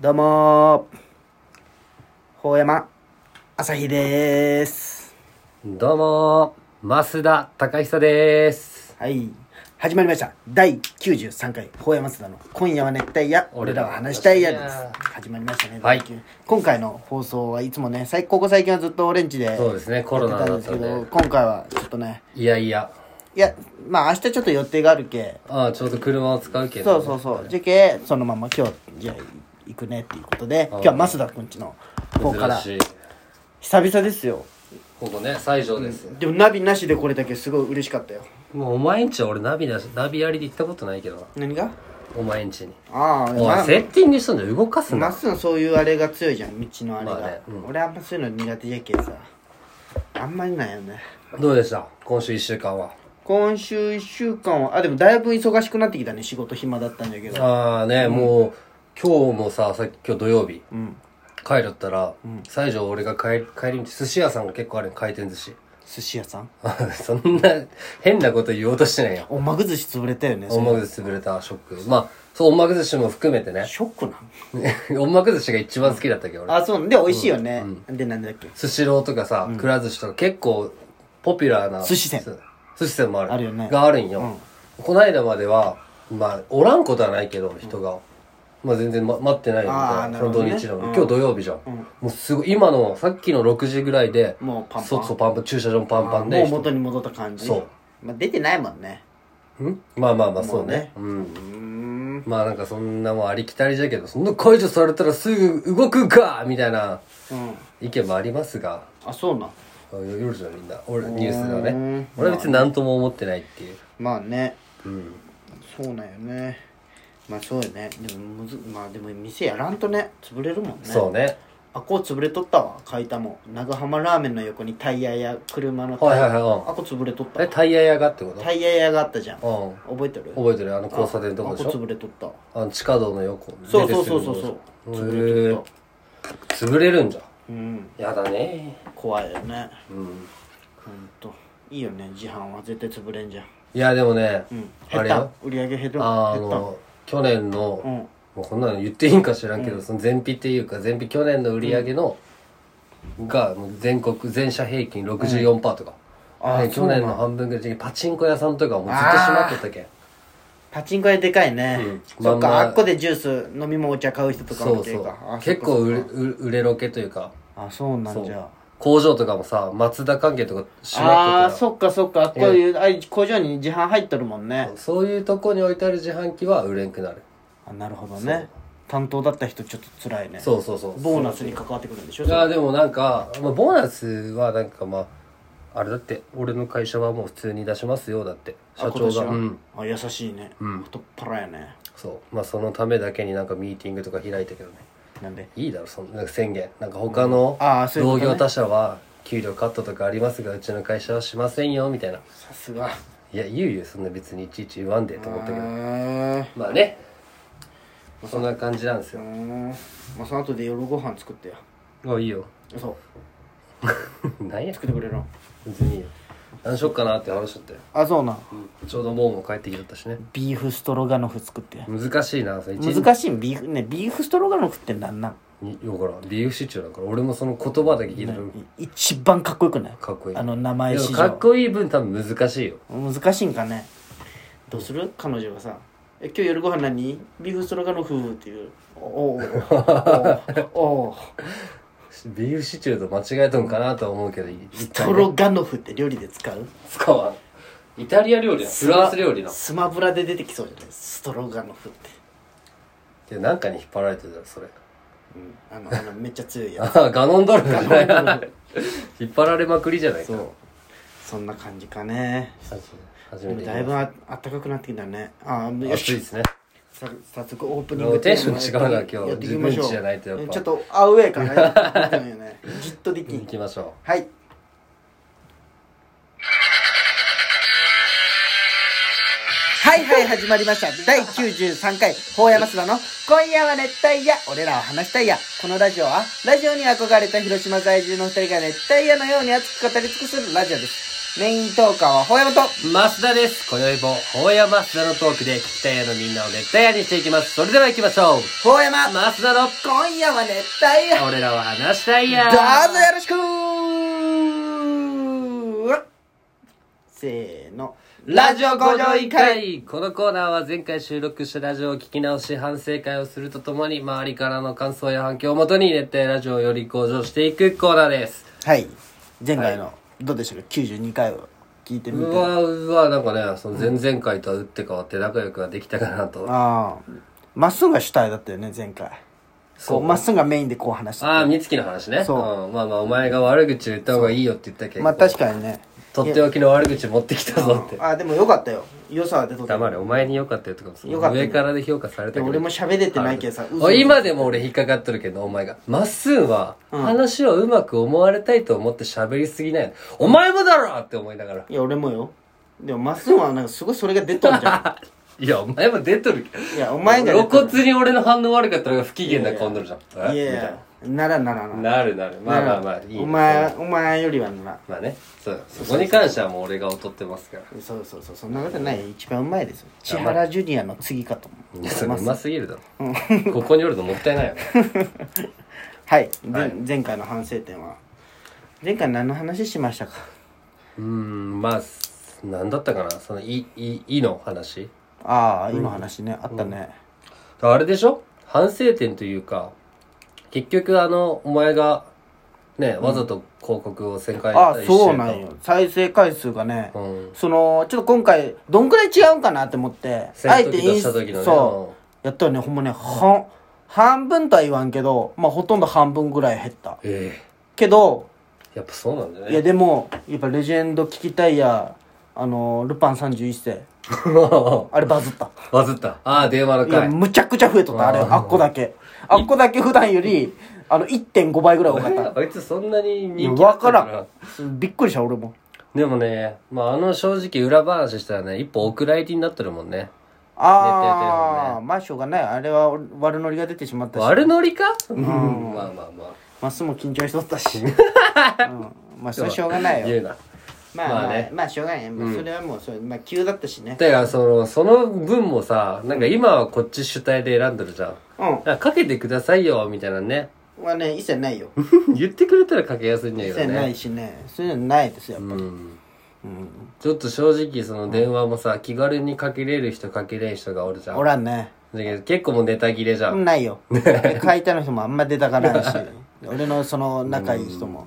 どうもー、ほうやま、あさひでーす。どうもー、増田隆久です。はい。始まりました。第93回、ほうやまつだの、今夜は熱帯夜、俺らは話したいやです。始まりましたね。はい第9今回の放送はいつもね、最ここ最近はずっとオレンジでやってそうですね、コロナただんっですたけのど、で。今回はちょっとね、いやいや。いや、まあ明日ちょっと予定があるけ、ああ、ちょうど車を使うけそど、うそうそう。じゃけ、そのまま今日、じゃあ行くねっていうことで、今日は増田くんちの方から、珍し久い。々ですよ。ここね、西条です。でもナビなしでこれだけすごい嬉しかったよ。もうお前んち俺ナビだし、ナビやりで行ったことないけどな。何がお前んちに。ああ、まお前、あセッティングしたんだよ、動かすまっな。すぐそういうあれが強いじゃん道のあれが、まあねうん俺あんまそういうの苦手やけさあんまりないよねどうでした今週一週間は。今週1週間はあでもだいぶ忙しくなってきたね仕事暇だったんだけどああね、もう、今日もさ、さっき今日土曜日。うん帰るったら、西条俺が帰帰り道、寿司屋さんが結構あるの回転寿司。 寿司屋さんそんな、変なこと言おうとしてないよ。おまぐ寿司潰れたよねそおれんまく寿司潰れたショック。まあ、そう、おんまく寿司も含め てね。ショックなんおんまく寿司が一番好きだったけど、俺。あそうで美味しいよね、でなんだっけスシローとかさ、くら寿司とか結構ポピュラーな。寿司店そう。寿司店もある。あるよねがあるんよ。こないだまでは、まあ、おらんことはないけど、人が。まあ全然、ま、待ってないみあたーいなるな。そほのど土ね日なのにうん今日土曜日じゃん。もうすごい、今の、さっきの6時ぐらいで、もうパンパンそうそう、パンパン、駐車場もパンパンで。もう元に戻った感じそうまあ、出てないもんねんまあまあまあ、そうね。うん。まあなんかそんなもんありきたりじゃけど、そんな解除されたらすぐ動くかみたいなうん意見もありますが、あそうなんあよ夜じゃんみんな。俺、ニュースではね。俺は別に何とも思ってないっていう。まあねうん。そうなんよねまあそうよねでもむずまあでも店やらんとね潰れるもんねそうね。あこう潰れとったわ買いたもん長浜ラーメンの横にタイヤや車のタイはいはいはいうんあこう潰れとったえ、わタイヤ屋がってことタイヤ屋があったじゃんうん。覚えてる覚えてるあの交差点のとこでしあこうょ潰れとったわあの地下道の横。そうそうそうそうそう出てすぐ潰れのとこへとっえ。潰れるんじゃん。たうんやだね。怖いよねうん。ほんといいよね自販は絶対潰れんじゃんいや、でもねうん、あ減っれたよ。売り上げ減る減っあたの、去年の、うんもうこんなの言っていいんか知らんけど、その前費っていうか前費去年の売り上げの、がもう全国全社平均64%とか、あーね去年の半分ぐらいパチンコ屋さんとかもうずっと閉まっとったけんパチンコ屋でかいね、うんそっか、まあまああっこでジュース飲みもお茶買う人とかそもうけそうかあ結そ構っ売かれそっか売売れロケというかあそうなそんうじゃ工場とかもさ松田関係とか閉あまあーっとったそっかそっかあこういうあい工場に自販入っとるもんねそういうとこに置いてある自販機は売れんくなる、あなるほどね担当だった人ちょっと辛いねそうそうそうボーナスに関わってくるんでしょいやそれでもなんか、まあ、ボーナスはなんかまああれだって俺の会社はもう普通に出しますよだってあ社長今年がはうんあ優しいねうん太っ腹やねそうまあそのためだけになんかミーティングとか開いたけどねなんでいいだろそんなんか宣言なんか他のうんあーそういうことね同業他社は給料カットとかありますがうちの会社はしませんよみたいなさすがいや言うよそんな別にいちいち言わんでと思ったけどへまあねそんな感じなんですえよまあその後で夜ご飯作ってよあいいよ そう何や作ってくれるの別にいいよ何しよっかなって話しちゃったよあそうなちょうどもうも帰ってきちゃったしねビーフストロガノフ作ってよ難しいなそれ一日難しいんビーフねビーフストロガノフってなんなんによからんビーフシチューだから俺もその言葉だけ聞いたら一番かっこよくないかっこいいあの名前でも史かっ上こいい分多分難しいよ難しいんかねどうする彼女がさ「え今日夜ご飯何ビーフストロガノフ」っていう「おおおおおビーフシチューと間違えとんかなとは思うけどい一スト体ロガノフ」って料理で使う使わんイタリア料理やフランス料理なスマブラで出てきそうじゃないストロガノフって、でなんかに引っ張られてたらそれうん、あのあのめっちゃ強いやああガノンドルフじゃないガノン ド引っ張られまくりじゃないつかそうそんな感じかねで初めもてだいぶああったかくなってきたねあーよ暑いしですねさ早速オープニンでグもテンション違うなテーマ今日やっていきましょう自分ちじゃないとやっぱちょっとアウェー かなって思ったよねじっとできん行きましょはいはいはい始まりました第93回法山須田の「今夜は熱帯夜俺らは話したいや」このラジオはラジオに憧れた広島在住の2人が熱帯夜のように熱く語り尽くすラジオですメイントーカーはほやまと増田です。今宵も、大山増田のトークで、聞きたいのみんなを熱帯夜にしていきます。それでは行きましょう。ほやま増田の、今夜は熱帯夜俺らは話したいや。どうぞよろしくせーのラジオご上位会このコーナーは前回収録したラジオを聞き直し反省会をするとともに周りからの感想や反響をもとに熱帯ラジオをより向上していくコーナーですはい前回の、どうでしたか92回を聞いてみてうわうわなんかねその前々回とは打って変わって仲良くはできたかなと、あああまっすぐが主体だったよね前回そうこまっすぐがメインでこう話してあー美月の話ねそう、んまあまあお前が悪口言った方がいいよって言ったけど、まあ確かにねとっておきの悪口持ってきたぞってああでもよかったよ良さは出とった黙れお前に良かったよとかもその良かったよ上からで評価されでたけど俺も喋れてないけどさ嘘お今でも俺引っかかっとるけど、お前が。まっすーは、うん話をうまく思われたいと思って喋りすぎないの。お前もだろって思いながら。いや俺もよでもまっすぐはなんかすごいそれが出とるじゃいや、お前も出とるけど。 んいやお前が出露とる骨に俺の反応悪かったら不機嫌な顔になるじゃん。いえやいやならならみたいなならなるなる。まあまあまあ、いいねお前お前よりはならまあね。そうそこに関してはもう俺が劣ってますから。そうそうそうそんなことない一番うまいですよ千原ジュニアの次かと思ういや、それうますぎるだろ。ここにおるのもったいないよ。はい、ではい前回の反省点は前回何の話しましたかうーん、まあ、なんだったかな。その、い、い、いの話。ああ今話ね、あったね、あれでしょ反省点というか、結局あの、お前が、ね、わざと広告を旋回ああしてたそうなん。よ再生回数がね、うん。そのちょっと今回どんくらい違うんかなって思ってて戦闘機出した時のね。そうやったらねほんまね半半分とは言わんけどまあほとんど半分ぐらい減ったうん。えけどえやっぱそうなんだいやね。でもやっぱ「レジェンド聞きたいや」あの「ルパン31世」あれバズった バズった。ああ、電話のいや、回。むちゃくちゃ増えとった、あれ、あーあっこだけ。あっこだけ普段より、あの、1.5倍ぐらい多かった。 あいつそんなにいや、人気だわったからん。びっくりした、俺も。でもね、まああの正直裏話したらね、一歩お蔵入りになってるもんね。あー、まあ、しょうがない。あれは悪ノリが出てしまったし、悪ノリかうん、まあまあままっすぐも緊張しとった し。うんまあ、それはしょうがなあ。い言よ。うな。まあ、まあまあね、まあ、しょうがない。まあそれはもう、それまあ、急だったしね。だからその、その分もさ、なんか今はこっち主体で選んでるじゃん。うあかけてくださいよみたいなねん。はね、一切ないよ。 言ってくれたらかけやすいんだけ一ど切なねいしね。そういうのないですよ、やっぱうり。んうん。ちょっと正直その電話もさ気軽にかけれる人かけれん人がおるじゃんおだらんね。けど結構もうネタ切れじゃんないよ解体の人もあんま出たかない し俺のその仲いい人も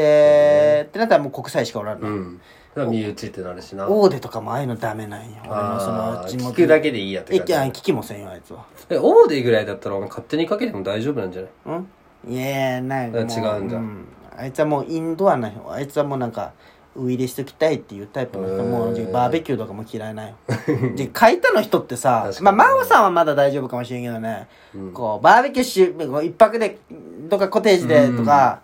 でってなったらもう国際しかおらんうの、んだから身内ってなるしな大手とかもああいうのダメなんよ俺のそあのー地元聞くだけでいいやってい感やじ聞きもせんよあいつはえオーデーぐらいだったらお前勝手にかけても大丈夫なんじゃないうんいやいやないあ違うんだあいつはもうインドアな人あいつはもうなんかウイレしときたいっていうタイプの人もうバーベキューとかも嫌い ないよで買いたの人ってさ確かまあに真央さんはまだ大丈夫かもしれんけどね、こうバーベキューしこう一泊でとかコテージでとか、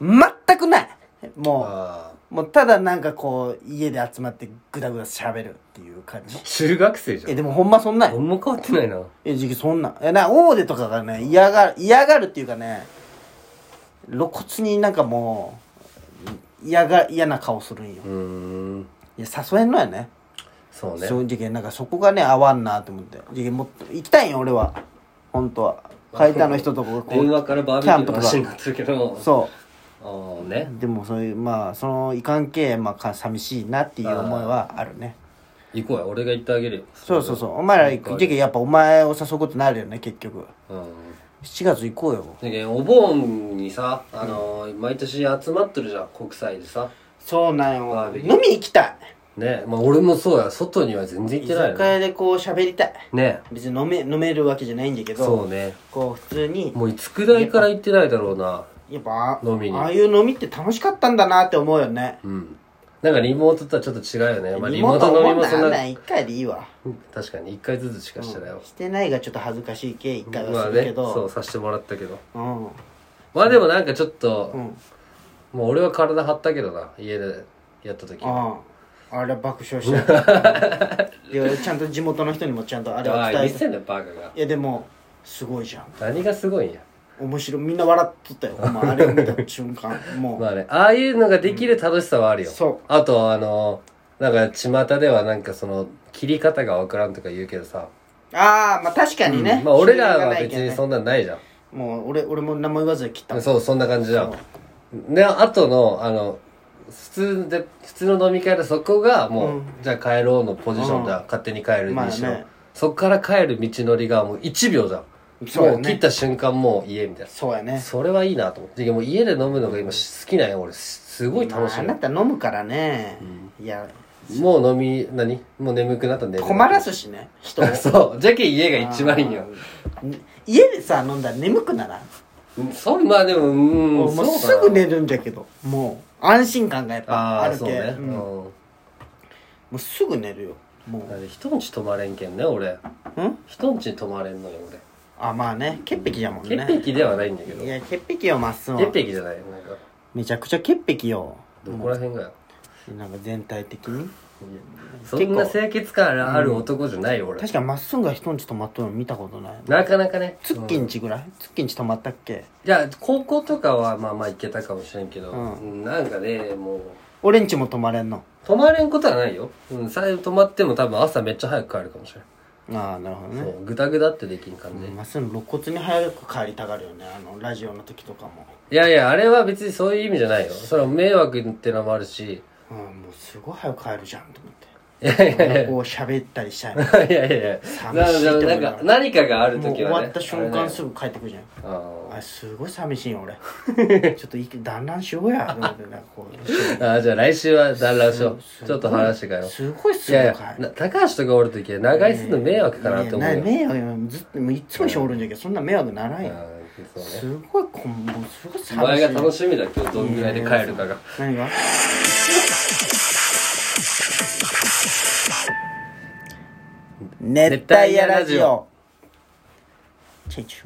全くないもああうもうただなんかこう家で集まってグダグダ喋るっていう感じ中学生じゃえんでもほんまそんなんよ何も変わってないなえじきそんなんえな大手とかがね嫌がる嫌がるっていうかね露骨になんかもう嫌が嫌な顔するんようーんいや誘えんのやねそうね正直なんかそこがね合わんなと思ってじきもっと行きたいんよ俺は本当は会社の人とここ電話うからバーベキューの話になってるけどそああねうでもそういうまあそのいかんけまあか寂しいなっていう思いはあるね行こうよ俺が行ってあげるよそうそうそうお前ら行く時期やっぱお前を誘うことになるよね結局うん7月行こうよだけどお盆にさ、あのー毎年集まってるじゃん国際でさそうなんよバーベキュー飲み行きたいねまあ俺もそうや外には全然行っ居てな酒いのね屋でこう喋りたいね別に飲め飲めるわけじゃないんだけそどうねこう普通にもう佃台から行ってないだろうなやっぱあ飲みにああいう飲みって楽しかったんだなって思うよねうんなんかリモートとはちょっと違うよね、まあ、リリモモーートト飲飲みみももそそんんなな一回でいいわ確かに1回ずつしかしてないわ、してないがちょっと恥ずかしいけ一回まはあするけねそどうさせてもらったけどうんまあでもなんかちょっと、うんもう俺は体張ったけどな家でやった時ああああれは爆笑した いやちゃんと地元の人にもちゃんとあれはあ伝え見せてんだよバカがいやでもすごいじゃん何がすごいんや面白いみんな笑っとったよほんまあれを見た瞬間もう、まあね、ああいうのができる楽しさはあるよ。そうあと、あの、なんか、巷ではなんかその、切り方がわからんとか言うけどさ。ああまあ確かにね、まあ、俺らそれがはない別けどねにそんなんないじゃん。もう俺俺も何も言わずに切ったもんそう、そんな感じじゃんそ。で、あとの、あの、普通で、普通の飲み会でそこがもう、うんじゃあ帰ろうのポジションじゃん。勝手に帰るにしろ。まあねそっから帰る道のりがもう1秒じゃん。そうやねもう切った瞬間もう家みたいそうやな。ねそれはいいなと思って。でもう家で飲むのが今好きなんよ、俺。すごい楽しまああいな。のた飲むからね、いやもう飲み、何もう眠くなったんで。困らすしね人 をそう。じゃけん家が一番いいよ。うん家でさ飲んだら眠くならんうんそう、まあでも、うん、もうそうかすなぐ。寝るんじゃけどもう安心感がやっぱあああ、るけそうね。うんもうん。うすぐ寝るよもだって人んち泊まれんけんね、俺。ううん人んち泊まれんのよ、俺。あまあね潔癖やもんね潔癖ではないんだけどいや潔癖よまっすんは潔癖じゃないよなんかめちゃくちゃ潔癖よどこら辺がよなんか全体的にそんな清潔感ある男じゃないよ俺確かまっすんが人んち泊まっとるの見たことないなかなかねツッキンちぐらいツッキンち泊まったっけじゃあ高校とかはまあまあ行けたかもしれんけどうんうんなんかねもう俺んちも泊まれんの泊まれんことはないようんさえ泊まっても多分朝めっちゃ早く帰るかもしれああなるほどんねそうグダグダってできん感じまっすん露骨に早く帰りたがるよねあのラジオの時とかもいやいやあれは別にそういう意味じゃないよそれは迷惑ってのもあるし うんもうすごい早く帰るじゃんと思っていやいやいや こう喋ったりしたいいやいやいや寂しいなと思いながならんか何かがあるもう時終はねわった瞬あれ間ねすぐ帰ってくるじゃんあーあすごい寂しいよ 俺ちょっといいだんだんしようやと思ってなんかこうあーじゃあ来週は団らんしよすごいう。ちょっと話して帰ろう。すごいすいごいやい帰や、な高橋とかおるときは長居するの迷惑かなと思うよ。いや迷惑よずっともういつもしょおるんじゃけどそんな迷惑ならんあよーそうね。すごいこんもうすごい寂しおい前が楽しみだ、今日どんぐらいで帰るかが。何が熱帯夜ラジオチェイチュー